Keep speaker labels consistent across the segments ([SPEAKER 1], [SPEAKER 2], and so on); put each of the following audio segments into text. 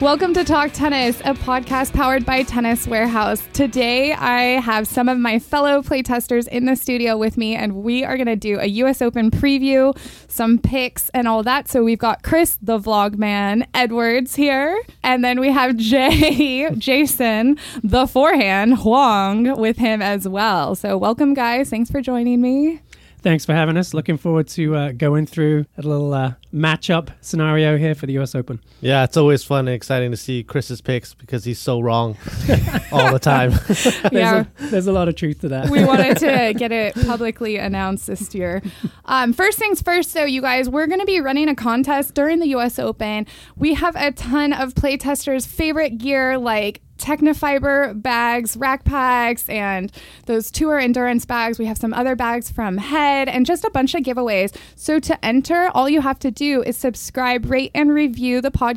[SPEAKER 1] Welcome to Talk Tennis, a podcast powered by Tennis Warehouse. Today, I have some of my fellow playtesters in the studio with me, and we are going to do a U.S. Open preview, some picks, and all that. So we've got Chris, the vlog man, Edwards here, and then we have Jay, Jason, the forehand, Huang, with him as well. So welcome, guys. Thanks for joining me.
[SPEAKER 2] Thanks for having us. Looking forward to uh, going through a little uh, matchup scenario here for the US Open.
[SPEAKER 3] Yeah, it's always fun and exciting to see Chris's picks because he's so wrong all the time.
[SPEAKER 1] Yeah.
[SPEAKER 2] There's, a, there's a lot of truth to that.
[SPEAKER 1] we wanted to get it publicly announced this year. Um, first things first, though, you guys, we're going to be running a contest during the U.S. Open. We have a ton of playtesters' favorite gear, like Technofiber bags, rack packs, and those tour endurance bags. We have some other bags from Head and just a bunch of giveaways. So to enter, all you have to do is subscribe, rate, and review the podcast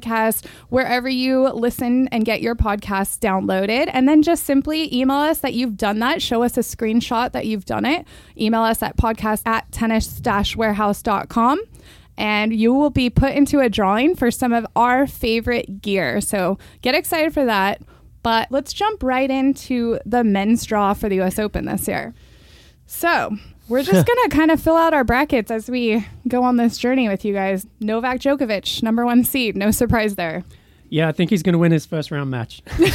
[SPEAKER 1] wherever you listen and get your podcasts downloaded. And then just simply email us that you've done that. Show us a screenshot that you've done it. Email us at podcast at tennis-warehouse.com. And you will be put into a drawing for some of our favorite gear. So get excited for that. But let's jump right into the men's draw for the US Open this year. So we're just going to kind of fill out our brackets as we go on this journey with you guys. Novak Djokovic, number one seed. No surprise there.
[SPEAKER 2] Yeah, I think he's going to win his first round match. going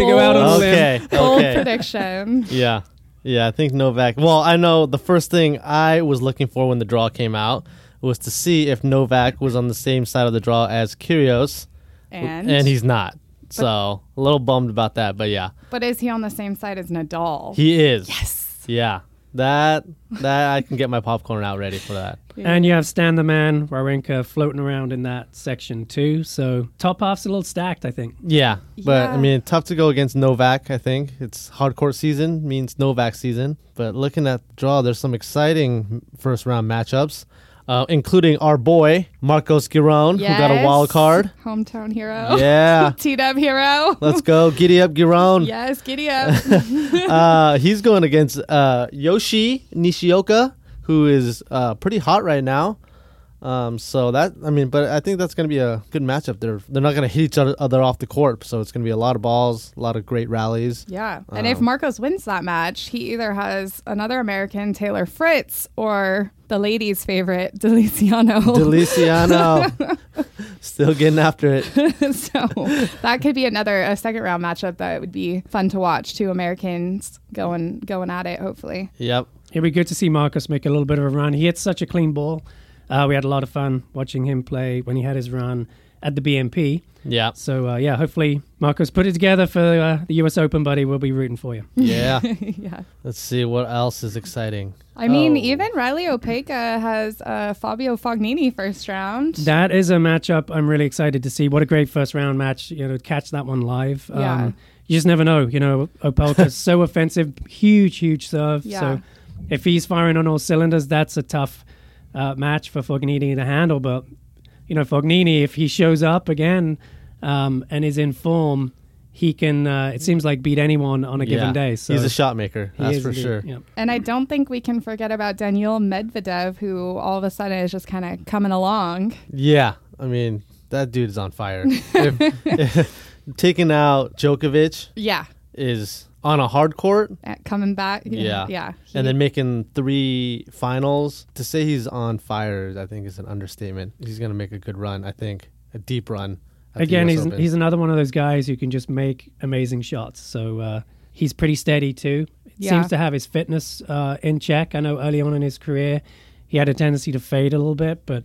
[SPEAKER 2] to go out on a limb.
[SPEAKER 3] okay.
[SPEAKER 1] Bold
[SPEAKER 3] Okay.
[SPEAKER 1] prediction.
[SPEAKER 3] Yeah. Yeah, I think Novak. Well, I know the first thing I was looking for when the draw came out was to see if Novak was on the same side of the draw as Kyrgios,
[SPEAKER 1] And,
[SPEAKER 3] he's not. so, a little bummed about that, but yeah.
[SPEAKER 1] but is he on the same side as Nadal?
[SPEAKER 3] He is. Yes. Yeah. That that I can get my popcorn out ready for that.
[SPEAKER 2] And you have Stan the Man, Wawrinka floating around in that section too. So top half's a little stacked, I think.
[SPEAKER 3] Yeah, but
[SPEAKER 1] Yeah.
[SPEAKER 3] I mean, tough to go against Novak. I think it's hardcore season means Novak season. But looking at the draw, there's some exciting first round matchups, uh, including our boy Marcos Giron, who got a wild
[SPEAKER 1] Yes.
[SPEAKER 3] card.
[SPEAKER 1] Hometown hero.
[SPEAKER 3] Yeah,
[SPEAKER 1] T Dub hero.
[SPEAKER 3] let's go, giddy up, Giron.
[SPEAKER 1] Yes, giddy up.
[SPEAKER 3] Uh, he's going against uh, Yoshi Nishioka, who is uh, pretty hot right now. Um, so that I mean, but I think that's going to be a good matchup. They're they're not going to hit each other other off the court, so it's going to be a lot of balls, a lot of great rallies.
[SPEAKER 1] yeah. And if Marcos wins that match, he either has another American, Taylor Fritz, or the ladies' favorite, Deliciano.
[SPEAKER 3] Deliciano. Still getting after it.
[SPEAKER 1] so that could be another a second round matchup that would be fun to watch. Two Americans going going at it, hopefully.
[SPEAKER 3] Yep.
[SPEAKER 2] It'd be good to see Marcus make a little bit of a run. He hit such a clean ball. Uh, we had a lot of fun watching him play when he had his run at the BMP.
[SPEAKER 3] Yeah.
[SPEAKER 2] So uh, yeah, hopefully Marcus put it together for uh, the US Open, buddy. We'll be rooting for you.
[SPEAKER 3] Yeah.
[SPEAKER 1] yeah.
[SPEAKER 3] Let's see what else is exciting.
[SPEAKER 1] I mean,
[SPEAKER 3] Oh.
[SPEAKER 1] even Riley Opeka has uh, Fabio Fognini first round.
[SPEAKER 2] That is a matchup I'm really excited to see. What a great first round match. You know, catch that one live. Um,
[SPEAKER 1] Yeah.
[SPEAKER 2] you just never know. You know, Opelka's so offensive, huge, huge serve.
[SPEAKER 1] Yeah.
[SPEAKER 2] So if he's firing on all cylinders, that's a tough uh, match for Fognini to handle. But, you know, Fognini, if he shows up again um, and is in form, he can, uh, it seems like, beat anyone on a given
[SPEAKER 3] Yeah.
[SPEAKER 2] day. So
[SPEAKER 3] He's a shot maker.
[SPEAKER 2] he
[SPEAKER 3] That's
[SPEAKER 2] is
[SPEAKER 3] for
[SPEAKER 2] indeed-
[SPEAKER 3] sure.
[SPEAKER 2] yeah.
[SPEAKER 1] And I don't think we can forget about Daniil Medvedev, who all of a sudden is just kind of coming along.
[SPEAKER 3] Yeah. I mean, that dude is on fire. if, taking out Djokovic
[SPEAKER 1] Yeah.
[SPEAKER 3] is on a hard court
[SPEAKER 1] Uh, Coming back.
[SPEAKER 3] Yeah.
[SPEAKER 1] Yeah.
[SPEAKER 3] and then making three finals. To say he's on fire, I think, is an understatement. He's going to make a good run, I think, a deep run. at the
[SPEAKER 2] Again,
[SPEAKER 3] US
[SPEAKER 2] he's,
[SPEAKER 3] Open.
[SPEAKER 2] he's another one of those guys who can just make amazing shots. So uh, he's pretty steady too.
[SPEAKER 1] Yeah.
[SPEAKER 2] Seems to have his fitness uh, in check. I know early on in his career, he had a tendency to fade a little bit, but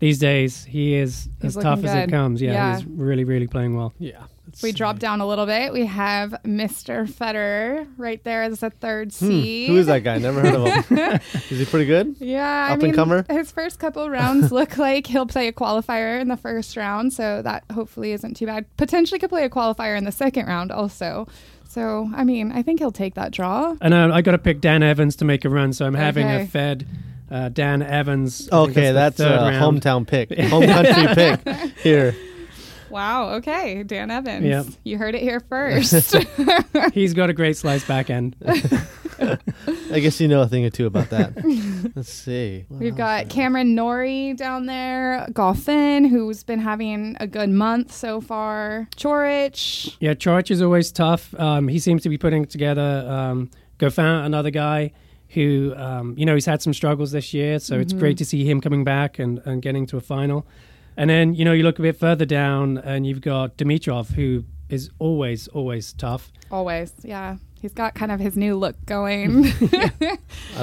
[SPEAKER 2] these days he is
[SPEAKER 1] He's
[SPEAKER 2] as tough
[SPEAKER 1] looking
[SPEAKER 2] as it
[SPEAKER 1] good.
[SPEAKER 2] comes. Yeah,
[SPEAKER 1] Yeah.
[SPEAKER 2] he's really, really playing well.
[SPEAKER 3] yeah. Let's
[SPEAKER 1] we
[SPEAKER 3] see.
[SPEAKER 1] drop down a little bit. We have Mr. Federer right there as the third seed.
[SPEAKER 3] Hmm. Who is that guy? Never heard of him. is he pretty good?
[SPEAKER 1] Yeah, I
[SPEAKER 3] Up and
[SPEAKER 1] mean,
[SPEAKER 3] comer?
[SPEAKER 1] his first couple rounds look like he'll play a qualifier in the first round, so that hopefully isn't too bad. Potentially could play a qualifier in the second round also. So, I mean, I think he'll take that draw.
[SPEAKER 2] And uh, I got to pick Dan Evans to make a run, so I'm having a
[SPEAKER 1] Okay.
[SPEAKER 2] Fed uh, Dan Evans. I think
[SPEAKER 3] Okay, that's uh,
[SPEAKER 2] the
[SPEAKER 3] a
[SPEAKER 2] third round.
[SPEAKER 3] hometown pick, home country pick here.
[SPEAKER 1] Wow. Okay, Dan Evans.
[SPEAKER 2] Yep.
[SPEAKER 1] You heard it here first.
[SPEAKER 2] He's got a great slice back end.
[SPEAKER 3] I guess you know a thing or two about that. Let's see. What
[SPEAKER 1] We've
[SPEAKER 3] else?
[SPEAKER 1] got Cameron Norrie down there, Golfin, who's been having a good month so far, Chorich.
[SPEAKER 2] Yeah, Chorich is always tough. Um, he seems to be putting together um, Goffin, another guy who, um, you know, he's had some struggles this year. So it's great to see him coming back and, and getting to a final. And then, you know, you look a bit further down and you've got Dimitrov, who is always, always tough.
[SPEAKER 1] Always, yeah. He's got kind of his new look going.
[SPEAKER 3] I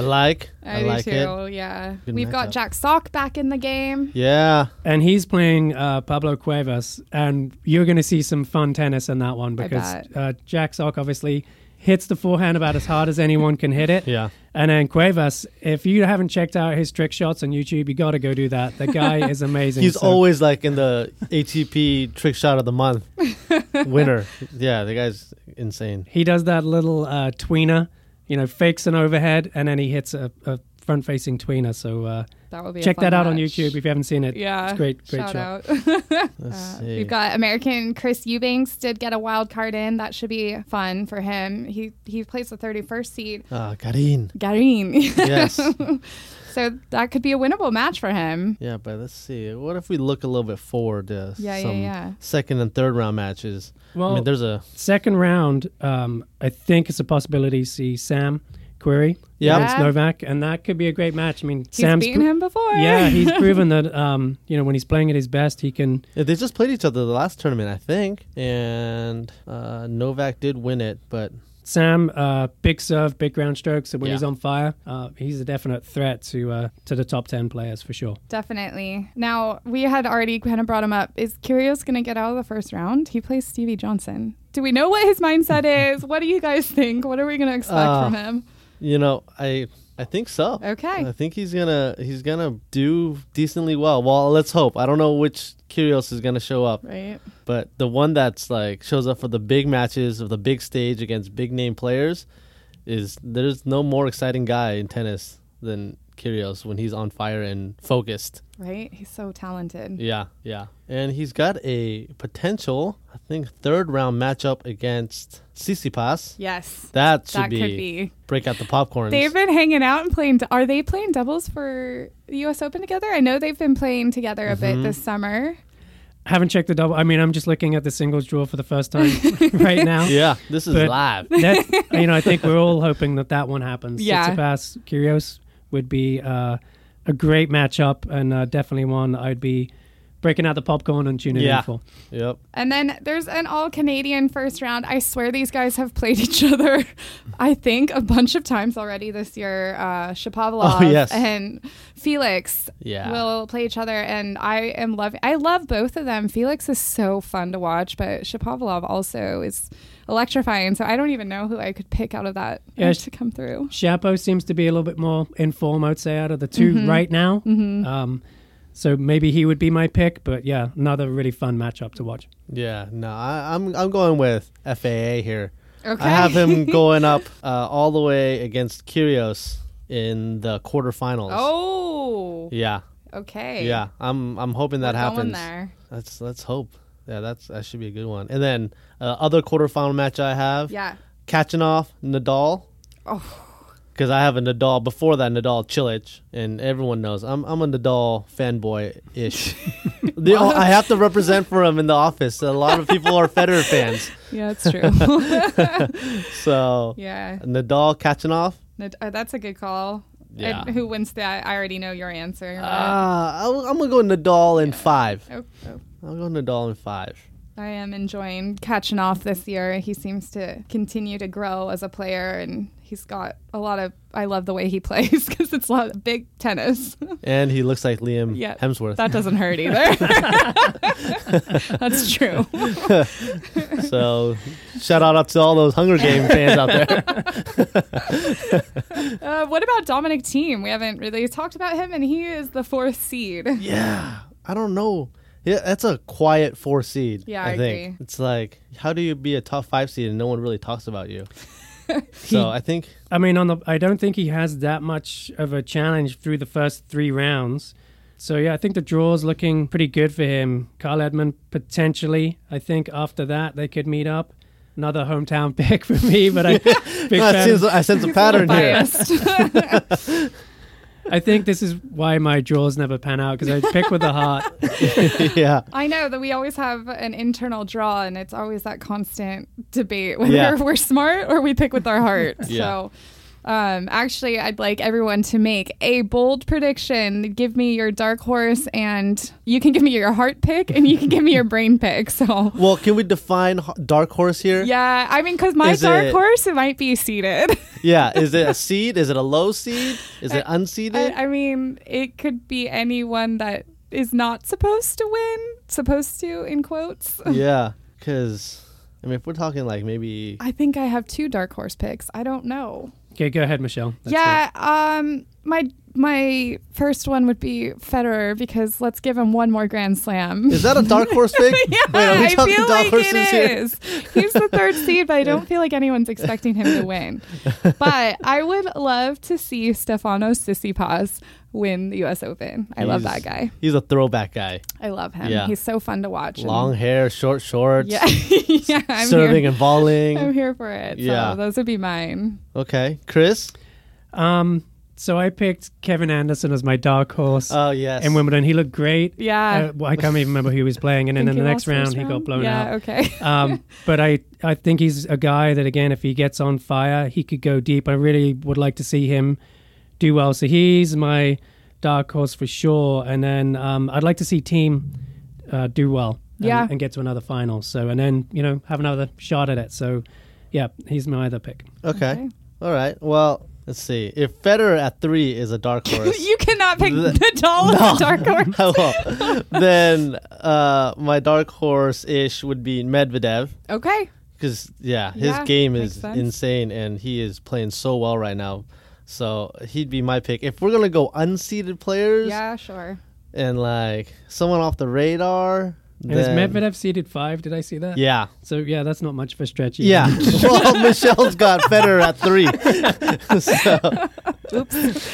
[SPEAKER 3] like. I,
[SPEAKER 1] I,
[SPEAKER 3] like
[SPEAKER 1] do
[SPEAKER 3] it.
[SPEAKER 1] too. Yeah.
[SPEAKER 3] Good
[SPEAKER 1] We've got
[SPEAKER 3] matchup.
[SPEAKER 1] Jack Sock back in the game.
[SPEAKER 3] Yeah.
[SPEAKER 2] And he's playing uh, Pablo Cuevas. And you're going to see some fun tennis in that one because
[SPEAKER 1] bet.
[SPEAKER 2] uh, Jack Sock obviously hits the forehand about as hard as anyone can hit it.
[SPEAKER 3] Yeah.
[SPEAKER 2] And then Cuevas, if you haven't checked out his trick shots on YouTube, you got to go do that. The guy is amazing.
[SPEAKER 3] He's
[SPEAKER 2] So-
[SPEAKER 3] always like in the ATP trick shot of the month winner. Yeah, the guy's insane.
[SPEAKER 2] he does that little uh, tweener, you know, fakes an overhead and then he hits a, a front-facing tweener. So uh,
[SPEAKER 1] That will be a
[SPEAKER 2] check
[SPEAKER 1] fun
[SPEAKER 2] that out on
[SPEAKER 1] match.
[SPEAKER 2] YouTube if you haven't seen it.
[SPEAKER 1] Yeah.
[SPEAKER 2] it's great, great
[SPEAKER 1] Shout
[SPEAKER 2] shot.
[SPEAKER 1] out.
[SPEAKER 3] Let's
[SPEAKER 1] Uh,
[SPEAKER 3] see.
[SPEAKER 1] We've got American Chris Eubanks did get a wild card in. That should be fun for him. He he plays the 31st seed.
[SPEAKER 3] Ah, Karin.
[SPEAKER 1] Garin.
[SPEAKER 3] Yes.
[SPEAKER 1] so that could be a winnable match for him.
[SPEAKER 3] yeah, but let's see. What if we look a little bit forward to
[SPEAKER 1] Yeah, yeah,
[SPEAKER 3] some
[SPEAKER 1] yeah.
[SPEAKER 3] second and third round matches? I
[SPEAKER 2] Well-
[SPEAKER 3] mean, there's a
[SPEAKER 2] Second round, um, I think it's a possibility to see Sam Query
[SPEAKER 3] Yeah.
[SPEAKER 2] against
[SPEAKER 1] Yeah.
[SPEAKER 2] Novak, and that could be a great match. I mean,
[SPEAKER 1] He's
[SPEAKER 2] Sam's
[SPEAKER 1] beaten
[SPEAKER 2] pro-
[SPEAKER 1] him before.
[SPEAKER 2] yeah, he's proven that um, you know when he's playing at his best, he can.
[SPEAKER 3] Yeah, They just played each other the last tournament, I think, and uh, Novak did win it. But
[SPEAKER 2] Sam, uh, big serve, big ground strokes. So when
[SPEAKER 3] Yeah.
[SPEAKER 2] he's on fire, uh, he's a definite threat to uh, to the top ten players for sure.
[SPEAKER 1] Definitely. Now, we had already kind of brought him up. Is Kyrgios going to get out of the first round? He plays Stevie Johnson. Do we know what his mindset is? What do you guys think? What are we going to expect
[SPEAKER 3] Uh,
[SPEAKER 1] from him?
[SPEAKER 3] you know, I I think so.
[SPEAKER 1] Okay.
[SPEAKER 3] I think he's gonna he's gonna do decently well. Well, let's hope. I don't know which Kyrgios is gonna show up,
[SPEAKER 1] Right.
[SPEAKER 3] but the one that's like shows up for the big matches of the big stage against big name players is there's no more exciting guy in tennis than Kyrgios when he's on fire and focused.
[SPEAKER 1] Right. He's so talented.
[SPEAKER 3] Yeah, yeah. And he's got a potential, I think, third round matchup against Tsitsipas.
[SPEAKER 1] Yes.
[SPEAKER 3] That should
[SPEAKER 1] that
[SPEAKER 3] be,
[SPEAKER 1] could be.
[SPEAKER 3] break out the popcorns.
[SPEAKER 1] They've been hanging out and playing. Are they playing doubles for the U.S. Open together? I know they've been playing together a
[SPEAKER 3] Mm-hmm.
[SPEAKER 1] bit this summer.
[SPEAKER 2] Haven't checked the double. I mean, I'm just looking at the singles draw for the first time right now.
[SPEAKER 3] yeah, this is
[SPEAKER 2] But-
[SPEAKER 3] live.
[SPEAKER 2] That, you know, I think we're all hoping that that one happens.
[SPEAKER 1] Yeah.
[SPEAKER 2] Tsitsipas, Kyrgios would be uh, a great matchup and uh, definitely one I'd be breaking out the popcorn and tuning
[SPEAKER 3] Yeah.
[SPEAKER 2] in for.
[SPEAKER 3] Yep.
[SPEAKER 1] And then there's an all Canadian first round. I swear these guys have played each other, I think, a bunch of times already this year. Uh, Shapovalov
[SPEAKER 3] Oh, yes.
[SPEAKER 1] and Felix
[SPEAKER 3] Yeah.
[SPEAKER 1] will play each other. And I am loving, I love both of them. Felix is so fun to watch, but Shapovalov also is electrifying. So I don't even know who I could pick out of that
[SPEAKER 2] Yeah,
[SPEAKER 1] to come through.
[SPEAKER 2] Chapo seems to be a little bit more in form, I'd say, out of the 2 right now. Um, so maybe he would be my pick, but yeah, another really fun matchup to watch.
[SPEAKER 3] Yeah. No, I, I'm I'm going with FAA here.
[SPEAKER 1] Okay.
[SPEAKER 3] I have him going up uh, all the way against Kyrgios in the quarterfinals.
[SPEAKER 1] Oh,
[SPEAKER 3] Yeah.
[SPEAKER 1] okay.
[SPEAKER 3] Yeah. I'm I'm hoping that
[SPEAKER 1] We're Going
[SPEAKER 3] happens.
[SPEAKER 1] there.
[SPEAKER 3] Let's let's hope. Yeah, that's that should be a good one. And then uh, other quarterfinal match I have.
[SPEAKER 1] Yeah.
[SPEAKER 3] catching off Nadal.
[SPEAKER 1] Oh.
[SPEAKER 3] Because I have a Nadal before that Nadal Chilich, and everyone knows I'm I'm a Nadal fanboy ish. I have to represent for him in the office. A lot of people are Federer fans,
[SPEAKER 1] Yeah, it's true.
[SPEAKER 3] so
[SPEAKER 1] yeah.
[SPEAKER 3] Nadal catching off.
[SPEAKER 1] Nad- uh, that's a good call.
[SPEAKER 3] Yeah.
[SPEAKER 1] And who wins that? I already know your answer. but-
[SPEAKER 3] Ah, I'll- I'm gonna go Nadal in five.
[SPEAKER 1] oh, oh.
[SPEAKER 3] I'll go Nadal in five.
[SPEAKER 1] I am enjoying catching off this year. He seems to continue to grow as a player, and he's got a lot of. I love the way he plays because it's a lot of big tennis.
[SPEAKER 3] And he looks like Liam
[SPEAKER 1] Yeah,
[SPEAKER 3] Hemsworth.
[SPEAKER 1] that doesn't hurt either. that's true.
[SPEAKER 3] so shout out to all those Hunger Game fans out there.
[SPEAKER 1] Uh, what about Dominic Team? We haven't really talked about him, and he is the fourth seed.
[SPEAKER 3] Yeah, I don't know. Yeah, that's a quiet four seed.
[SPEAKER 1] Yeah, I
[SPEAKER 3] think
[SPEAKER 1] agree.
[SPEAKER 3] it's like how do you be a top five seed and no one really talks about you?
[SPEAKER 2] He-
[SPEAKER 3] So I think
[SPEAKER 2] I mean, on the I don't think he has that much of a challenge through the first three rounds. So yeah, I think the draw's looking pretty good for him. Carl Edmund potentially. I think after that they could meet up. Another hometown pick for me, but I big
[SPEAKER 3] Ah, it
[SPEAKER 2] fan.
[SPEAKER 3] seems- I sense a pattern here.
[SPEAKER 1] Biased.
[SPEAKER 2] I think this is why my draws never pan out because I pick with the heart.
[SPEAKER 3] yeah.
[SPEAKER 1] I know that we always have an internal draw, and it's always that constant debate whether
[SPEAKER 3] Yeah.
[SPEAKER 1] we're smart or we pick with our heart.
[SPEAKER 3] Yeah.
[SPEAKER 1] So, um, actually, I'd like everyone to make a bold prediction. Give me your dark horse, and you can give me your heart pick, and you can give me your brain pick. So.
[SPEAKER 3] Well, can we define h- dark horse here?
[SPEAKER 1] Yeah, I mean, because my
[SPEAKER 3] Is
[SPEAKER 1] dark
[SPEAKER 3] it-
[SPEAKER 1] horse, it might be seated.
[SPEAKER 3] Yeah, Is it a seed? Is it a low seed? Is it unseeded?
[SPEAKER 1] I, I mean, it could be anyone that is not supposed to win, supposed to, in quotes.
[SPEAKER 3] yeah. Because I mean, if we're talking like maybe
[SPEAKER 1] I think I have two dark horse picks. I don't know.
[SPEAKER 2] Okay, go ahead, Michelle. That's
[SPEAKER 1] yeah, um my my first one would be Federer because let's give him one more grand slam.
[SPEAKER 3] Is that a dark horse pick?
[SPEAKER 1] yeah,
[SPEAKER 3] Wait, are we
[SPEAKER 1] I
[SPEAKER 3] talking
[SPEAKER 1] feel
[SPEAKER 3] dark
[SPEAKER 1] like
[SPEAKER 3] horses
[SPEAKER 1] it
[SPEAKER 3] here?
[SPEAKER 1] is. He's the third seed, but I don't feel like anyone's expecting him to win. But I would love to see Stefano Sissipas win the U.S. Open. I love
[SPEAKER 3] He's-
[SPEAKER 1] that guy.
[SPEAKER 3] He's a throwback guy.
[SPEAKER 1] I love him.
[SPEAKER 3] Yeah.
[SPEAKER 1] He's so fun to watch. and-
[SPEAKER 3] Long hair, short shorts,
[SPEAKER 1] Yeah, yeah. I'm
[SPEAKER 3] serving
[SPEAKER 1] here.
[SPEAKER 3] and volleying.
[SPEAKER 1] I'm here for it.
[SPEAKER 3] Yeah.
[SPEAKER 1] So those would be mine.
[SPEAKER 3] Okay, Chris.
[SPEAKER 2] it. Um, so I picked Kevin Anderson as my dark horse
[SPEAKER 3] Oh yes.
[SPEAKER 2] in Wimbledon. He looked great.
[SPEAKER 1] Yeah.
[SPEAKER 2] Uh, well, I can't even remember who he was playing, and then
[SPEAKER 1] Think
[SPEAKER 2] in the
[SPEAKER 1] he
[SPEAKER 2] next
[SPEAKER 1] lost first
[SPEAKER 2] round, he got blown
[SPEAKER 1] yeah,
[SPEAKER 2] out.
[SPEAKER 1] Okay.
[SPEAKER 2] um, but I, I think he's a guy that again, if he gets on fire, he could go deep. I really would like to see him do well. So he's my dark horse for sure. And then um, I'd like to see team uh, do well, and,
[SPEAKER 1] Yeah.
[SPEAKER 2] and get to another final. So and then you know have another shot at it. So yeah, he's my other pick.
[SPEAKER 3] okay.
[SPEAKER 1] Okay.
[SPEAKER 3] All right. Well, let's see. If Federer at three is a dark horse,
[SPEAKER 1] you cannot pick
[SPEAKER 3] The-
[SPEAKER 1] the tallest
[SPEAKER 3] No.
[SPEAKER 1] dark horse.
[SPEAKER 3] well, then uh, my dark horse ish would be Medvedev.
[SPEAKER 1] Okay.
[SPEAKER 3] Because yeah, his
[SPEAKER 1] Yeah,
[SPEAKER 3] game
[SPEAKER 1] makes
[SPEAKER 3] is
[SPEAKER 1] sense.
[SPEAKER 3] insane, and he is playing so well right now. So he'd be my pick if we're gonna go unseeded players
[SPEAKER 1] Yeah, sure.
[SPEAKER 3] and like someone off the radar.
[SPEAKER 2] And is
[SPEAKER 3] then-
[SPEAKER 2] Medvedev seated five? Did I see that?
[SPEAKER 3] Yeah,
[SPEAKER 2] So yeah, that's not much of a stretch. either.
[SPEAKER 3] yeah. well, Michelle's got Federer at three. so,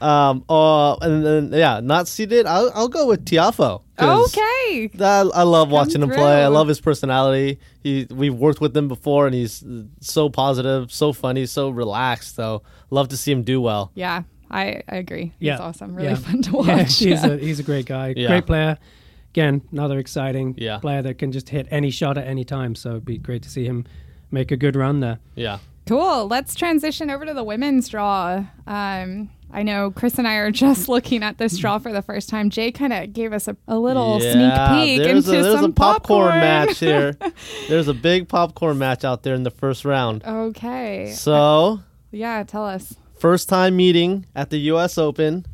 [SPEAKER 3] um. Uh, and then yeah, not seeded. I'll I'll go with Tiafo. 'cause
[SPEAKER 1] Okay.
[SPEAKER 3] I, I love watching him
[SPEAKER 1] through.
[SPEAKER 3] play. I love his personality. He we've worked with him before, and he's so positive, so funny, so relaxed. So love to see him do well.
[SPEAKER 1] Yeah, I, I agree. He's
[SPEAKER 2] Yeah.
[SPEAKER 1] awesome. Really
[SPEAKER 2] Yeah.
[SPEAKER 1] fun to
[SPEAKER 2] Yeah,
[SPEAKER 1] watch.
[SPEAKER 2] he's a he's a great guy,
[SPEAKER 3] Yeah.
[SPEAKER 2] great player. Again, another exciting
[SPEAKER 3] Yeah.
[SPEAKER 2] player that can just hit any shot at any time. So it'd be great to see him make a good run there.
[SPEAKER 3] Yeah,
[SPEAKER 1] Cool. Let's transition over to the women's draw. Um, I know Chris and I are just looking at this draw for the first time. Jay kind of gave us a, a little
[SPEAKER 3] Yeah,
[SPEAKER 1] sneak peek
[SPEAKER 3] there's
[SPEAKER 1] into
[SPEAKER 3] a, there's
[SPEAKER 1] some
[SPEAKER 3] a popcorn, match here. there's a big popcorn match out there in the first round.
[SPEAKER 1] okay.
[SPEAKER 3] So
[SPEAKER 1] Yeah, tell us.
[SPEAKER 3] first time meeting at the U.S. Open,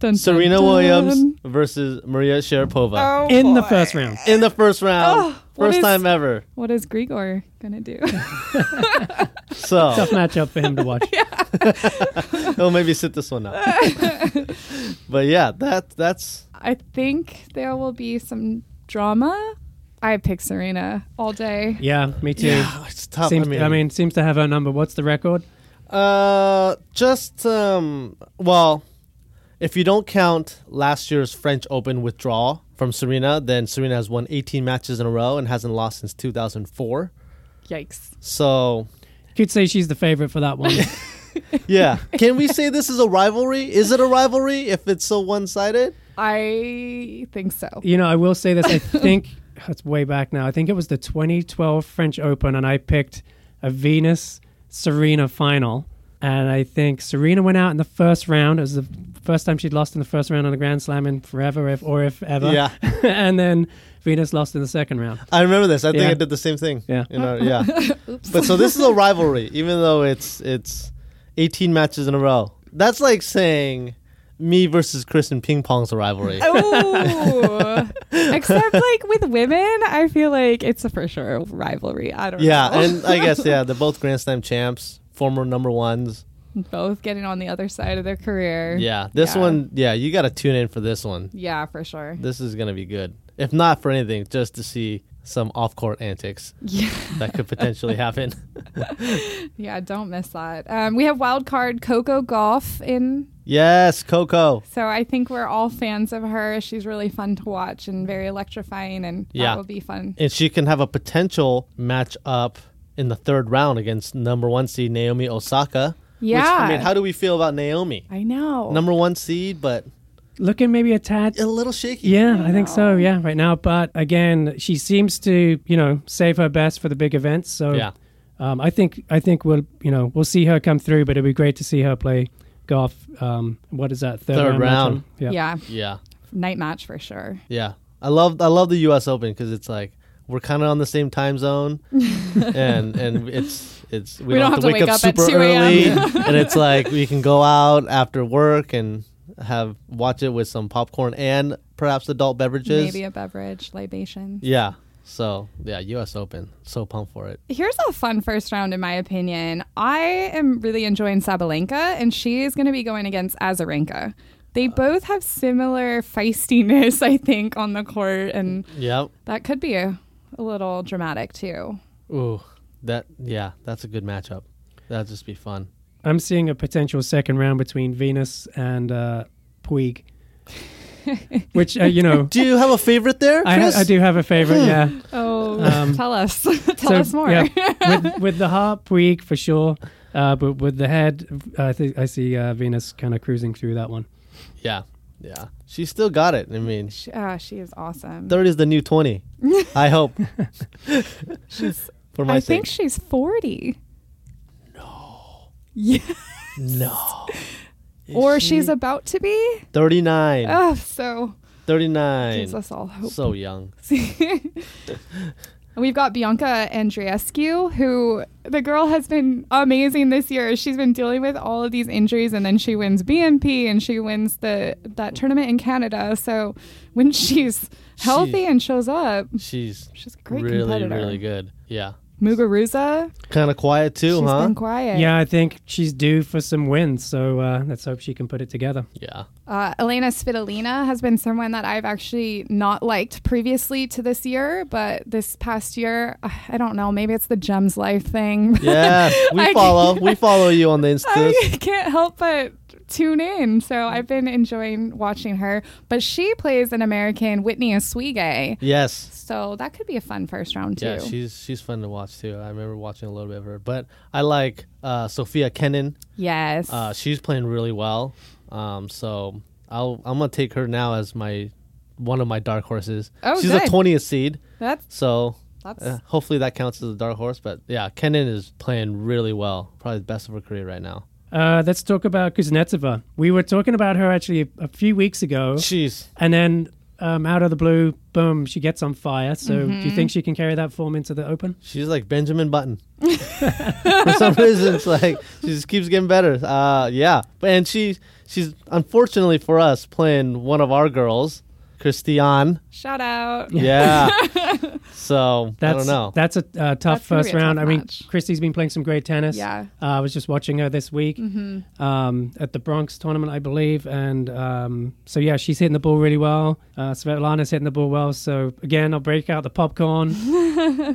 [SPEAKER 1] Dun,
[SPEAKER 3] Serena
[SPEAKER 1] dun, dun.
[SPEAKER 3] Williams versus Maria
[SPEAKER 1] Oh,
[SPEAKER 3] Sharapova
[SPEAKER 2] In the
[SPEAKER 1] boy.
[SPEAKER 2] first round,
[SPEAKER 3] in the first round.
[SPEAKER 1] Oh, what
[SPEAKER 3] first
[SPEAKER 1] is-
[SPEAKER 3] time ever.
[SPEAKER 1] What is Grigor gonna do?
[SPEAKER 3] So
[SPEAKER 2] tough matchup for him to watch.
[SPEAKER 3] he'll maybe sit this one out. but yeah, that that's
[SPEAKER 1] I think there will be some drama. I pick Serena all day.
[SPEAKER 2] Yeah, me too.
[SPEAKER 3] Yeah, it's tough.
[SPEAKER 2] Seems,
[SPEAKER 3] I mean,
[SPEAKER 2] seems to have her number. What's the record?
[SPEAKER 3] uh, just um, well, if you don't count last year's French Open withdrawal from Serena, then Serena has won 18 matches in a row and hasn't lost since 2004.
[SPEAKER 1] Yikes.
[SPEAKER 3] So,
[SPEAKER 2] Could say she's the favorite for that one.
[SPEAKER 3] yeah, can we say this is a rivalry? Is it a rivalry if it's so one-sided?
[SPEAKER 1] I think so.
[SPEAKER 2] you know, I will say this. I think it's way back now. I think it was the 2012 French Open, and I picked a Venus Serena final. And I think Serena went out in the first round. It was the first time she'd lost in the first round on a Grand Slam in forever, if or if ever.
[SPEAKER 3] Yeah.
[SPEAKER 2] and then Venus lost in the second round.
[SPEAKER 3] I remember this. I think
[SPEAKER 2] Yeah.
[SPEAKER 3] I did the same thing.
[SPEAKER 2] Yeah.
[SPEAKER 3] You know, yeah. But so this is a rivalry, even though it's it's 18 matches in a row. That's like saying me versus Chris and ping pong's a rivalry.
[SPEAKER 1] Oh, except like with women, I feel like it's a for sure rivalry. I don't
[SPEAKER 3] Yeah,
[SPEAKER 1] know.
[SPEAKER 3] and I guess yeah, they're both Grand Slam champs, former number ones.
[SPEAKER 1] both getting on the other side of their career.
[SPEAKER 3] Yeah, this
[SPEAKER 1] Yeah.
[SPEAKER 3] one, yeah, you got to tune in for this one.
[SPEAKER 1] yeah, for sure.
[SPEAKER 3] This is gonna be good. If not for anything, just to see some off-court antics
[SPEAKER 1] Yeah.
[SPEAKER 3] that could potentially happen.
[SPEAKER 1] Yeah, don't miss that. Um, we have wild card Coco Golf in,
[SPEAKER 3] yes, Coco.
[SPEAKER 1] so I think we're all fans of her. She's really fun to watch and very electrifying, and
[SPEAKER 3] Yeah.
[SPEAKER 1] that will be fun.
[SPEAKER 3] and she can have a potential match up in the third round against number one seed Naomi Osaka. Which, I
[SPEAKER 1] Yeah.
[SPEAKER 3] mean, how do we feel about Naomi?
[SPEAKER 1] I know.
[SPEAKER 3] Number one seed, but
[SPEAKER 2] Looking maybe a tad
[SPEAKER 3] a little shaky.
[SPEAKER 2] Yeah, I think so. Yeah, right now. But again, she seems to you know save her best for the big events. So
[SPEAKER 3] Yeah.
[SPEAKER 2] um, I think I think we'll you know we'll see her come through. But it'd be great to see her play golf. Um, what is that third,
[SPEAKER 3] Third round.
[SPEAKER 2] matchup? Yeah.
[SPEAKER 1] yeah,
[SPEAKER 3] Yeah,
[SPEAKER 1] night match for sure.
[SPEAKER 3] yeah. I love I love the U.S. Open because it's like we're kind of on the same time zone, and and it's it's we, don't, have to wake, up,
[SPEAKER 1] at
[SPEAKER 3] super
[SPEAKER 1] 2
[SPEAKER 3] early,
[SPEAKER 1] a.m..
[SPEAKER 3] and it's like we can go out after work and have watch it with some popcorn and perhaps adult beverages.
[SPEAKER 1] Maybe a beverage libation.
[SPEAKER 3] Yeah. So yeah, U.S. Open. So pumped for it.
[SPEAKER 1] Here's a fun first round, in my opinion. I am really enjoying Sabalenka, and she is going to be going against Azarenka. They both have similar feistiness, I think, on the court, and
[SPEAKER 3] Yep.
[SPEAKER 1] that could be a, a little dramatic too.
[SPEAKER 3] Ooh, that yeah, that's a good matchup. That'd just be fun.
[SPEAKER 2] I'm seeing a potential second round between Venus and uh, Puig, which uh, you know
[SPEAKER 3] Do you have a favorite there,
[SPEAKER 2] I, ha-
[SPEAKER 3] Chris?
[SPEAKER 2] I do have a favorite. Yeah.
[SPEAKER 1] Oh,
[SPEAKER 2] Um,
[SPEAKER 1] tell us, tell
[SPEAKER 2] So,
[SPEAKER 1] us more.
[SPEAKER 2] yeah, with, with the heart, Puig for sure. Uh, but with the head, I think I see uh, Venus kind of cruising through that one.
[SPEAKER 3] Yeah, yeah. She still got it. I mean,
[SPEAKER 1] She, uh, she is awesome.
[SPEAKER 3] thirty is the new twenty. I hope. for my
[SPEAKER 1] I
[SPEAKER 3] sake.
[SPEAKER 1] think she's forty. No. Yeah.
[SPEAKER 3] no. Is
[SPEAKER 1] Or
[SPEAKER 3] she-
[SPEAKER 1] she's about to be.
[SPEAKER 3] 39.
[SPEAKER 1] Oh, so gives
[SPEAKER 3] 39.
[SPEAKER 1] us all hope.
[SPEAKER 3] So young.
[SPEAKER 1] We've got Bianca Andreescu, who the girl has been amazing this year. She's been dealing with all of these injuries, and then she wins BNP and she wins the that tournament in Canada. So when she's healthy
[SPEAKER 3] She-
[SPEAKER 1] and shows up,
[SPEAKER 3] She's
[SPEAKER 1] she's a great
[SPEAKER 3] really,
[SPEAKER 1] competitor.
[SPEAKER 3] really good. Yeah.
[SPEAKER 1] Muguruza,
[SPEAKER 3] Kind of quiet too,
[SPEAKER 1] she's
[SPEAKER 3] huh?
[SPEAKER 1] been quiet.
[SPEAKER 2] Yeah, I think she's due for some wins, so uh, let's hope she can put it together.
[SPEAKER 3] yeah.
[SPEAKER 1] Uh, Elena Svitolina has been someone that I've actually not liked previously to this year, but this past year, I I don't know, maybe it's the Gems Life thing.
[SPEAKER 3] Yeah.
[SPEAKER 1] I
[SPEAKER 3] We follow.
[SPEAKER 1] can't-
[SPEAKER 3] We follow you on the Insta.
[SPEAKER 1] I can't help but tune in. So I've been enjoying watching her, but she plays an American Whitney Oswege.
[SPEAKER 3] Yes.
[SPEAKER 1] So that could be a fun first round too.
[SPEAKER 3] Yeah, she's she's fun to watch too. I remember watching a little bit of her, but I like uh, Sophia Kennan.
[SPEAKER 1] yes.
[SPEAKER 3] Uh, she's playing really well, um, so I'll I'm gonna take her now as my one of my dark horses.
[SPEAKER 1] Oh,
[SPEAKER 3] she's a
[SPEAKER 1] good.
[SPEAKER 3] twentieth seed,
[SPEAKER 1] that's
[SPEAKER 3] so
[SPEAKER 1] that's
[SPEAKER 3] uh, hopefully that counts as a dark horse. But yeah, Kennan is playing really well, probably the best of her career right now.
[SPEAKER 2] Uh, let's talk about Kuznetsova. We were talking about her actually a, a few weeks ago,
[SPEAKER 3] She's
[SPEAKER 2] and then um, out of the blue, boom, she gets on fire. So do
[SPEAKER 1] Mm-hmm.
[SPEAKER 2] you think she can carry that form into the Open?
[SPEAKER 3] she's like Benjamin Button. For some reason, it's like she just keeps getting better. Uh, yeah, but and she she's unfortunately for us playing one of our girls, Christiane.
[SPEAKER 1] shout out.
[SPEAKER 3] Yeah. so I don't know.
[SPEAKER 2] That's a uh, tough
[SPEAKER 1] That's gonna be
[SPEAKER 2] first
[SPEAKER 1] a tough
[SPEAKER 2] round. I mean,
[SPEAKER 1] match.
[SPEAKER 2] Christy's been playing some great tennis.
[SPEAKER 1] Yeah. Mm-hmm.
[SPEAKER 2] Uh, I was just watching her this week um, at the Bronx tournament, I believe. And um, so, yeah, she's hitting the ball really well. Uh, Svetlana's hitting the ball well. So, again, I'll break out the popcorn.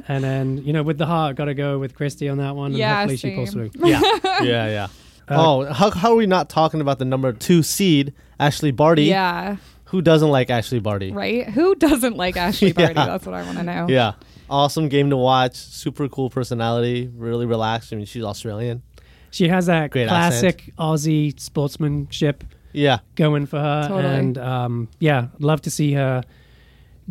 [SPEAKER 2] and then, you know, with the heart, got to go with Christy on that one.
[SPEAKER 1] Yeah,
[SPEAKER 2] And hopefully she pulls
[SPEAKER 1] same.
[SPEAKER 2] through.
[SPEAKER 3] yeah. Yeah. Yeah.
[SPEAKER 2] Uh,
[SPEAKER 3] oh, how, how are we not talking about the number two seed, Ashley Barty?
[SPEAKER 1] Yeah.
[SPEAKER 3] Who doesn't like Ashley Barty?
[SPEAKER 1] Right? Who doesn't like Ashley Barty?
[SPEAKER 3] Yeah.
[SPEAKER 1] That's what I want to know.
[SPEAKER 3] Yeah. Awesome game to watch. Super cool personality. Really relaxed. I mean, she's Australian.
[SPEAKER 2] She has that
[SPEAKER 3] Great
[SPEAKER 2] classic Aussie sportsmanship
[SPEAKER 3] Yeah.
[SPEAKER 2] going for her.
[SPEAKER 1] Totally.
[SPEAKER 2] And um, yeah, love to see her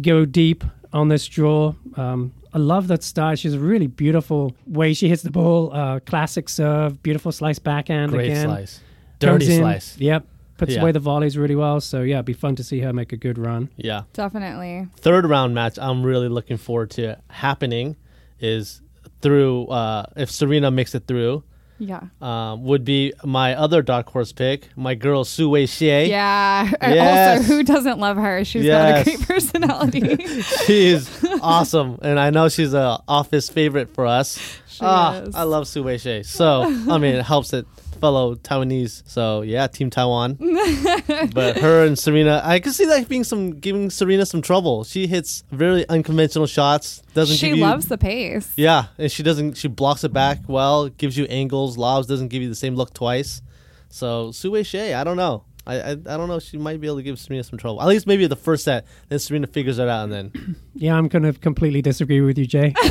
[SPEAKER 2] go deep on this draw. Um, I love that style. She's a really beautiful way she hits the ball. Uh, classic serve, beautiful slice backhand
[SPEAKER 3] Great
[SPEAKER 2] again.
[SPEAKER 3] slice.
[SPEAKER 2] Comes
[SPEAKER 3] Dirty
[SPEAKER 2] in,
[SPEAKER 3] slice.
[SPEAKER 2] Yep. Puts
[SPEAKER 3] Yeah.
[SPEAKER 2] away the volleys really well. So yeah, it'd be fun to see her make a good run.
[SPEAKER 3] Yeah.
[SPEAKER 1] Definitely.
[SPEAKER 3] Third round match I'm really looking forward to happening is through, uh, if Serena makes it through,
[SPEAKER 1] Yeah.
[SPEAKER 3] um, would be my other dark horse pick, my girl Su Wei Xie.
[SPEAKER 1] Yeah.
[SPEAKER 3] Eh?
[SPEAKER 1] Uh,
[SPEAKER 3] Yes.
[SPEAKER 1] Also, who doesn't love her? She's
[SPEAKER 3] Yes.
[SPEAKER 1] got a great personality.
[SPEAKER 3] she is awesome, and I know she's a office favorite for us. Ah,
[SPEAKER 1] She is.
[SPEAKER 3] I love Su Wei She. So I mean, it helps that fellow Taiwanese. So yeah, Team Taiwan. but her and Serena, I could see that being some giving Serena some trouble. She hits very unconventional shots. Doesn't
[SPEAKER 1] She
[SPEAKER 3] give you-
[SPEAKER 1] loves the pace.
[SPEAKER 3] Yeah, and she doesn't. She blocks it back well. Gives you angles, lobs. Doesn't give you the same look twice. So Sue Shea, I don't know. I, I I don't know. She might be able to give Serena some trouble. At least maybe the first set. Then Serena figures it out, and then
[SPEAKER 2] Yeah, I'm going to completely disagree with you, Jay.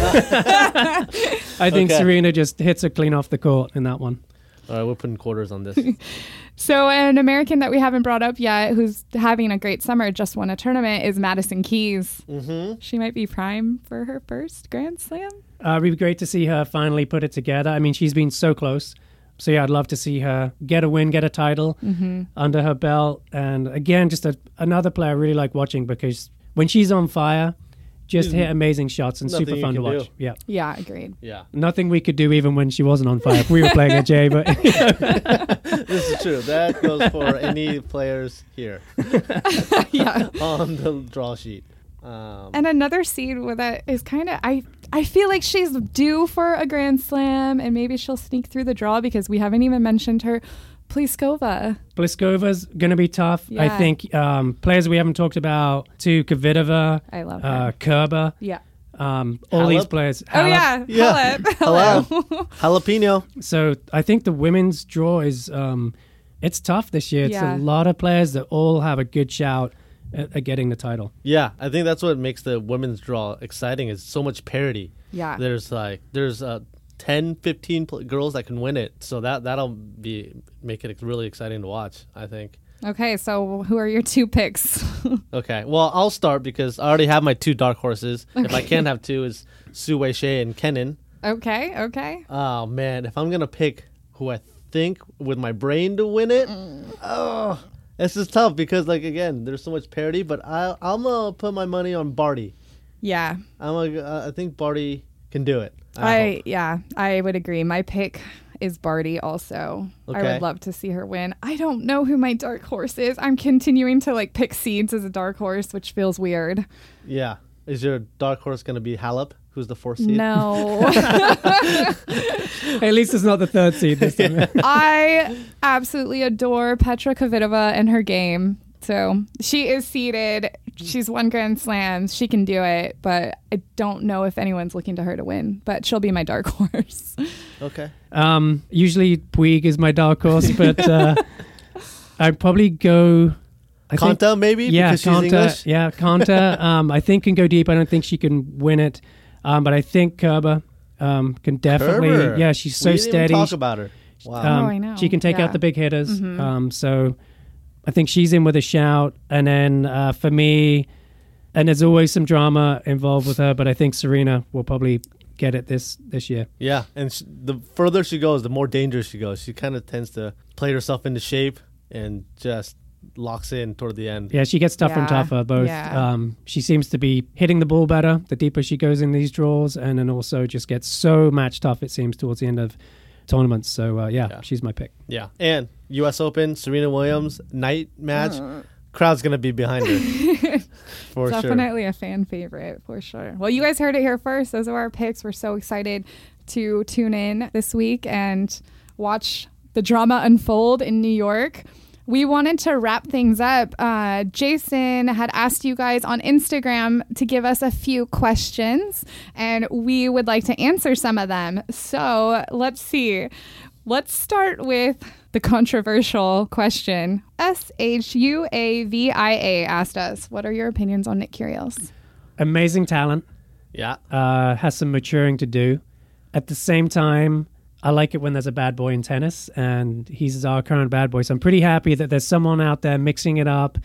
[SPEAKER 2] I think
[SPEAKER 3] Okay.
[SPEAKER 2] Serena just hits her clean off the court in that one.
[SPEAKER 3] all right, we're putting quarters on this.
[SPEAKER 1] So, an American that we haven't brought up yet who's having a great summer, just won a tournament, is Madison Keys. Mm-hmm. She might be prime for her first Grand Slam.
[SPEAKER 2] Uh, it'd be great to see her finally put it together. I mean, she's been so close. So yeah, I'd love to see her get a win, get a title
[SPEAKER 1] Mm-hmm.
[SPEAKER 2] under her belt, and again, just a, another player I really like watching because when she's on fire, just hit amazing shots and
[SPEAKER 3] nothing
[SPEAKER 2] super
[SPEAKER 3] you
[SPEAKER 2] fun to
[SPEAKER 3] can
[SPEAKER 2] watch.
[SPEAKER 3] do.
[SPEAKER 2] Yeah,
[SPEAKER 1] Yeah, agreed.
[SPEAKER 3] Yeah,
[SPEAKER 2] nothing we could do even when she wasn't on fire. we were playing at Jay, but
[SPEAKER 3] this is true. That goes for any players here
[SPEAKER 1] yeah.
[SPEAKER 3] on the draw sheet. Um,
[SPEAKER 1] And another seed with it is kind of I I feel like she's due for a grand slam and maybe she'll sneak through the draw because we haven't even mentioned her. Pliskova.
[SPEAKER 2] Pliskova's going to be tough. I
[SPEAKER 1] Yeah.
[SPEAKER 2] think um, players we haven't talked about too, Kvitova,
[SPEAKER 1] I love
[SPEAKER 2] uh,
[SPEAKER 1] her.
[SPEAKER 2] Kerber,
[SPEAKER 1] Yeah.
[SPEAKER 2] um, all these
[SPEAKER 3] Halep.
[SPEAKER 2] players.
[SPEAKER 1] Oh
[SPEAKER 2] Halep.
[SPEAKER 1] yeah.
[SPEAKER 3] Yeah.
[SPEAKER 1] Hello.
[SPEAKER 3] jalapeno.
[SPEAKER 2] So I think the women's draw is um, it's tough this year. It's a
[SPEAKER 1] Yeah.
[SPEAKER 2] lot of players that all have a good shout at, at getting the title.
[SPEAKER 3] Yeah, I think that's what makes the women's draw exciting. Is so much parity.
[SPEAKER 1] Yeah.
[SPEAKER 3] There's like there's uh 10 15 pl- girls that can win it. So that that'll be make it really exciting to watch, I think.
[SPEAKER 1] okay, so who are your two picks?
[SPEAKER 3] Okay. Well, I'll start because I already have my two dark horses. If I can have two is Su Wei Shea and Kenan.
[SPEAKER 1] okay, okay.
[SPEAKER 3] Oh man, if I'm going to pick who I think with my brain to win it, oh, this is tough because like again, there's so much parity, but I I'm going to put my money on Barty.
[SPEAKER 1] Yeah.
[SPEAKER 3] I'm a, uh, I think Barty can do it.
[SPEAKER 1] I,
[SPEAKER 3] hope.
[SPEAKER 1] yeah, I would agree. My pick is Barty also. I
[SPEAKER 3] Okay.
[SPEAKER 1] would love to see her win. I don't know who my dark horse is. I'm continuing to like pick seeds as a dark horse, which feels weird.
[SPEAKER 3] yeah. Is your dark horse going to be Halep, who's the fourth seed?
[SPEAKER 1] No.
[SPEAKER 2] At least it's not the third seed this time.
[SPEAKER 1] I absolutely adore Petra Kvitova and her game. So she is seeded. She's won Grand Slams. She can do it, but I don't know if anyone's looking to her to win. But she'll be my dark horse.
[SPEAKER 3] Okay.
[SPEAKER 2] Um, usually Puig is my dark horse, but uh, I'd probably go. I think-
[SPEAKER 3] Kanta, maybe?
[SPEAKER 2] yeah,
[SPEAKER 3] because she's
[SPEAKER 2] Kanta.
[SPEAKER 3] English?
[SPEAKER 2] Yeah, Kanta. um, I think can go deep. I don't think she can win it, um, but I think Kerber um, can definitely.
[SPEAKER 3] Kerber.
[SPEAKER 2] Yeah, she's so
[SPEAKER 3] we didn't even
[SPEAKER 2] steady.
[SPEAKER 3] talk about her. Wow.
[SPEAKER 2] Um,
[SPEAKER 1] Oh, I know.
[SPEAKER 2] She can take
[SPEAKER 1] Yeah. Mm-hmm.
[SPEAKER 2] out the big hitters. Um, so I think she's in with a shout. And then uh, for me, and there's always some drama involved with her, but I think Serena will probably get it this this year.
[SPEAKER 3] yeah. And sh- the further she goes, the more dangerous she goes. She kind of tends to play herself into shape and just locks in toward the end.
[SPEAKER 2] Yeah, she gets tougher and
[SPEAKER 1] Yeah.
[SPEAKER 2] tougher. Both.
[SPEAKER 1] Yeah.
[SPEAKER 2] Um, she seems to be hitting the ball better the deeper she goes in these draws, and then also just gets so match tough. It seems towards the end of tournaments. So uh, yeah,
[SPEAKER 3] Yeah.
[SPEAKER 2] she's my pick.
[SPEAKER 3] Yeah. And U.S. Open, Serena Williams, night match.
[SPEAKER 2] Uh.
[SPEAKER 3] Crowd's going to be behind her. for sure.
[SPEAKER 1] Definitely a fan favorite for sure. Well, you guys heard it here first. Those are our picks. We're so excited to tune in this week and watch the drama unfold in New York. We wanted to wrap things up. Uh, Jason had asked you guys on Instagram to give us a few questions, and we would like to answer some of them. So let's see. Let's start with the controversial question. S H U A V I A asked us, What are your opinions on Nick Curios?
[SPEAKER 2] Amazing talent.
[SPEAKER 3] Yeah.
[SPEAKER 2] uh, has some maturing to do. At the same time, I like it when there's a bad boy in tennis, and he's our current bad boy. So I'm pretty happy that there's someone out there mixing it up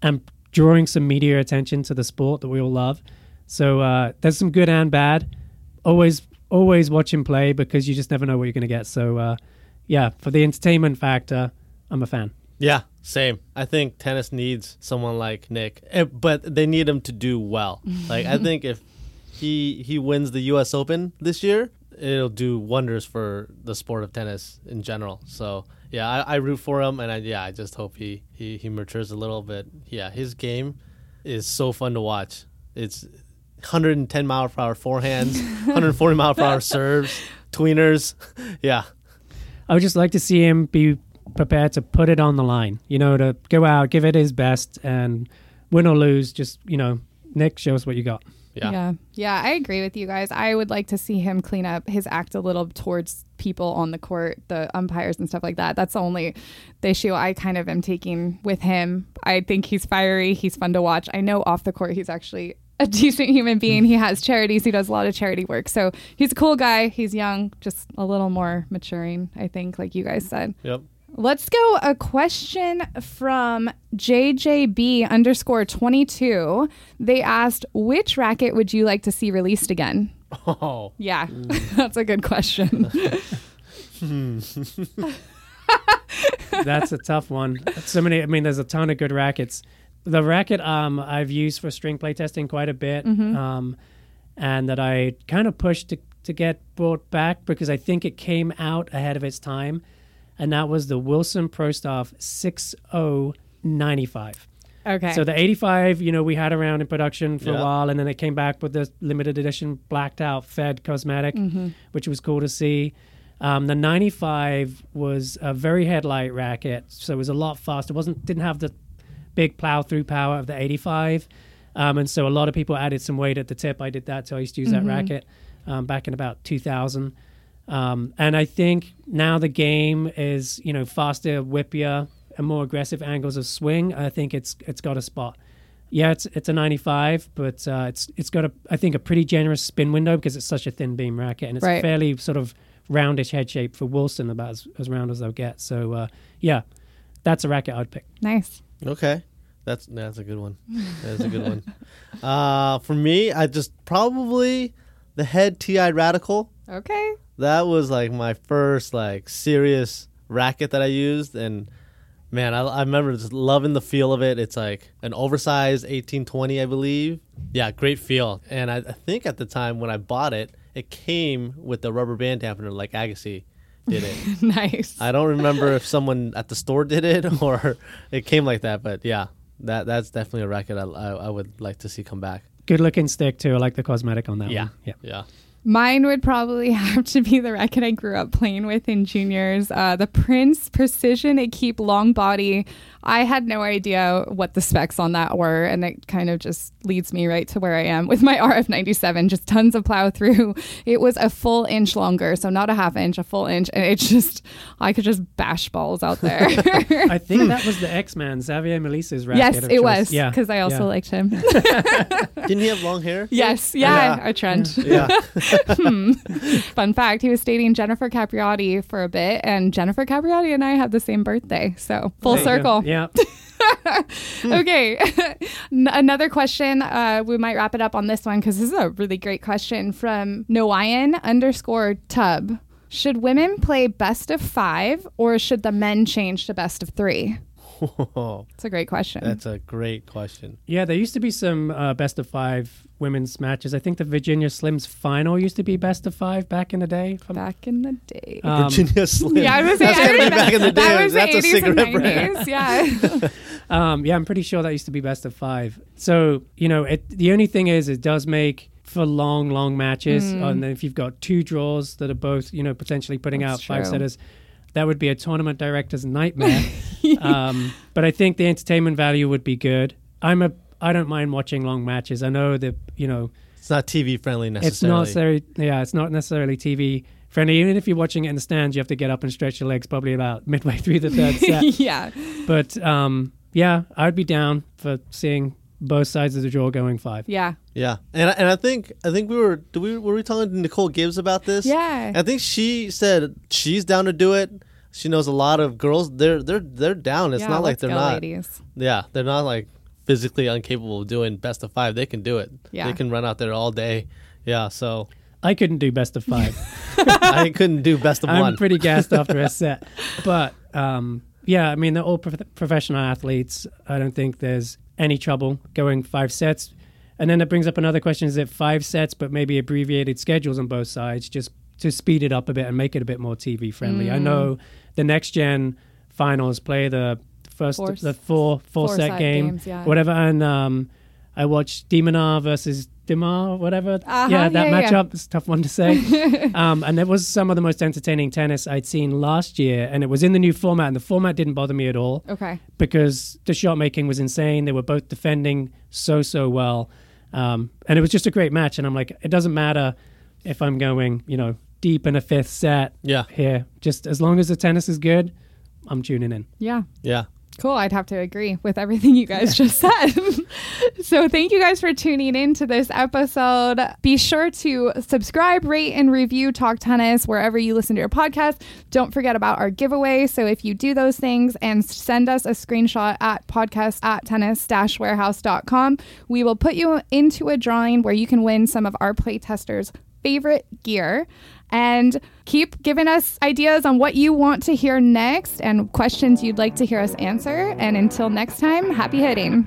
[SPEAKER 2] and drawing some media attention to the sport that we all love. So uh, there's some good and bad. Always, always watch him play because you just never know what you're going to get. So uh, yeah, for the entertainment factor, I'm a fan.
[SPEAKER 3] Yeah. Same. I think tennis needs someone like Nick, eh, but they need him to do well. Like I think if he he wins the U.S. Open this year, it'll do wonders for the sport of tennis in general. So yeah, I, I root for him, and I, yeah, I just hope he, he he matures a little bit. Yeah, his game is so fun to watch. It's 110 mile per hour forehands, 140 mile per hour serves, tweeners. Yeah.
[SPEAKER 2] I would just like to see him be prepared to put it on the line. You know, to go out, give it his best, and win or lose, just you know, Nick, show us what you got.
[SPEAKER 3] Yeah.
[SPEAKER 1] yeah. Yeah, I agree with you guys. I would like to see him clean up his act a little towards people on the court, the umpires and stuff like that. That's the only the issue I kind of am taking with him. I think he's fiery, he's fun to watch. I know off the court he's actually a decent human being. He has charities, he does a lot of charity work. So he's a cool guy. He's young, just a little more maturing, I think, like you guys said.
[SPEAKER 3] Yep.
[SPEAKER 1] Let's go a question from JJB underscore 22. They asked, which racket would you like to see released again?
[SPEAKER 3] Oh.
[SPEAKER 1] Yeah, that's a good question.
[SPEAKER 2] That's a tough one. So many. I mean, there's a ton of good rackets. The racket um, I've used for string play testing quite a bit, um, and that I kind of pushed to, to get brought back because I think it came out ahead of its time, and that was the Wilson Prostaff 6095.
[SPEAKER 1] okay.
[SPEAKER 2] So the 85, you know, we had around in production for
[SPEAKER 3] Yeah.
[SPEAKER 2] a while, and then it came back with the limited edition blacked out Fed cosmetic, which was cool to see. Um, the 95 was a very headlight racket, so it was a lot faster. It wasn't didn't have the big plow through power of the 85, um, and so a lot of people added some weight at the tip. I did that, so I used to use that racket um, back in about 2000. Um, and I think now the game is, you know, faster, whippier, and more aggressive angles of swing. I think it's it's got a spot. Yeah, it's it's a 95, but uh, it's it's got a I think a pretty generous spin window because it's such a thin beam racket and it's
[SPEAKER 1] Right.
[SPEAKER 2] fairly sort of roundish head shape for Wilson, about as, as round as they'll get. So uh, yeah, that's a racket I'd pick.
[SPEAKER 1] nice.
[SPEAKER 3] Okay. That's that's a good one. That's a good one. Uh, for me, I just probably the head TI radical.
[SPEAKER 1] Okay.
[SPEAKER 3] That was like my first like serious racket that I used, and man, I, I remember just loving the feel of it. It's like an oversized 1820, I believe. Yeah, great feel. And I, I think at the time when I bought it, it came with the rubber band dampener, like Agassi did it.
[SPEAKER 1] nice.
[SPEAKER 3] I don't remember if someone at the store did it or it came like that, but yeah, that that's definitely a racket I, I, I would like to see come back.
[SPEAKER 2] Good looking stick too. I like the cosmetic on that one. Yeah.
[SPEAKER 3] yeah.
[SPEAKER 1] Mine would probably have to be the racket I grew up playing with in juniors. Uh, the Prince Precision It Keep Long Body. I had no idea what the specs on that were, and it kind of just leads me right to where I am with my RF97. Just tons of plow through. It was a full inch longer, so not a half inch, a full inch, and it just I could just bash balls out there.
[SPEAKER 2] I think that was the X Man Xavier Melissa's racket.
[SPEAKER 1] yes,
[SPEAKER 2] of
[SPEAKER 1] it
[SPEAKER 2] choice.
[SPEAKER 1] was.
[SPEAKER 2] Yeah,
[SPEAKER 1] because I also
[SPEAKER 2] yeah.
[SPEAKER 1] liked him.
[SPEAKER 3] Didn't he have long hair?
[SPEAKER 1] yes, yeah,
[SPEAKER 3] Yeah.
[SPEAKER 1] a trend.
[SPEAKER 3] Yeah.
[SPEAKER 1] Fun fact, he was dating Jennifer Capriati for a bit, and Jennifer Capriati and I have the same birthday. So full
[SPEAKER 2] There you go.
[SPEAKER 1] circle.
[SPEAKER 2] Yeah.
[SPEAKER 1] Okay. N- Another question. Uh, we might wrap it up on this one because this is a really great question from Noyan underscore tub. Should women play best of five or should the men change to best of three? It's a great question.
[SPEAKER 3] that's a great question.
[SPEAKER 2] Yeah, there used to be some uh, best of five women's matches. I think the Virginia Slims final used to be best of five back in the day. if I'm-
[SPEAKER 1] Back in the day.
[SPEAKER 2] Um,
[SPEAKER 3] Virginia Slim.
[SPEAKER 1] yeah, I was saying
[SPEAKER 3] Uh, that's gotta be back in the day.
[SPEAKER 1] That was
[SPEAKER 3] that's
[SPEAKER 1] the
[SPEAKER 3] a
[SPEAKER 1] 80s and
[SPEAKER 3] cigarette brand.
[SPEAKER 1] 90s. Yeah.
[SPEAKER 2] um, yeah, I'm pretty sure that used to be best of five. So you know, it, the only thing is, it does make for long, long matches.
[SPEAKER 1] Mm.
[SPEAKER 2] And if you've got two draws that are both, you know, potentially putting
[SPEAKER 1] That's
[SPEAKER 2] out five
[SPEAKER 1] true.
[SPEAKER 2] setters, that would be a tournament director's nightmare. um, but I think the entertainment value would be good. I'm a I don't mind watching long matches. I know that you know
[SPEAKER 3] It's not TV friendly
[SPEAKER 2] It's not
[SPEAKER 3] necessarily.
[SPEAKER 2] necessarily, yeah, it's not necessarily TV friendly. Even if you're watching it in the stands, you have to get up and stretch your legs probably about midway through the third set.
[SPEAKER 1] yeah.
[SPEAKER 2] but um, yeah, I'd be down for seeing both sides of the draw going five.
[SPEAKER 1] Yeah.
[SPEAKER 3] Yeah, and I- and I think I think we were do we were we talking to Nicole Gibbs about this?
[SPEAKER 1] Yeah.
[SPEAKER 3] I think she said she's down to do it. She knows a lot of girls. They're they're they're down. It's
[SPEAKER 1] yeah,
[SPEAKER 3] not like
[SPEAKER 1] let's
[SPEAKER 3] they're
[SPEAKER 1] go,
[SPEAKER 3] not.
[SPEAKER 1] Ladies.
[SPEAKER 3] Yeah, they're not like physically incapable of doing best of five. They can do it.
[SPEAKER 1] Yeah.
[SPEAKER 3] They can run out there all day. Yeah, so
[SPEAKER 2] I couldn't do best of five.
[SPEAKER 3] I couldn't do best of
[SPEAKER 2] I'm
[SPEAKER 3] one.
[SPEAKER 2] pretty gassed after a set. But um, yeah, I mean, they're all prof- professional athletes. I don't think there's any trouble going five sets. And then that brings up another question is it five sets, but maybe abbreviated schedules on both sides just to speed it up a bit and make it a bit more TV friendly?
[SPEAKER 1] Mm.
[SPEAKER 2] I know the next gen finals play the first,
[SPEAKER 1] Four s-
[SPEAKER 2] the four, four
[SPEAKER 1] four
[SPEAKER 2] set
[SPEAKER 1] set
[SPEAKER 2] game,
[SPEAKER 1] games, yeah.
[SPEAKER 2] whatever. And um, I watched Demonar versus Demar, whatever.
[SPEAKER 1] Uh-huh,
[SPEAKER 2] yeah, that
[SPEAKER 1] yeah, yeah.
[SPEAKER 2] matchup is a tough one to say. um, and it was some of the most entertaining tennis I'd seen last year, and it was in the new format. And the format didn't bother me at all
[SPEAKER 1] Okay.
[SPEAKER 2] because the shot making was insane. They were both defending so so well, um, and it was just a great match. And I'm like, it doesn't matter if I'm going, you know, deep in a fifth set
[SPEAKER 3] Yeah.
[SPEAKER 2] here. Just as long as the tennis is good, I'm tuning in.
[SPEAKER 1] Yeah.
[SPEAKER 3] Yeah.
[SPEAKER 1] Cool. I'd have to agree with everything you guys just said. so, thank you guys for tuning in to this episode. Be sure to subscribe, rate, and review Talk Tennis wherever you listen to your podcast. Don't forget about our giveaway. So, if you do those things and send us a screenshot at podcast at tennis warehouse.com, we will put you into a drawing where you can win some of our playtesters' favorite gear. And keep giving us ideas on what you want to hear next and questions you'd like to hear us answer. And until next time, happy hitting.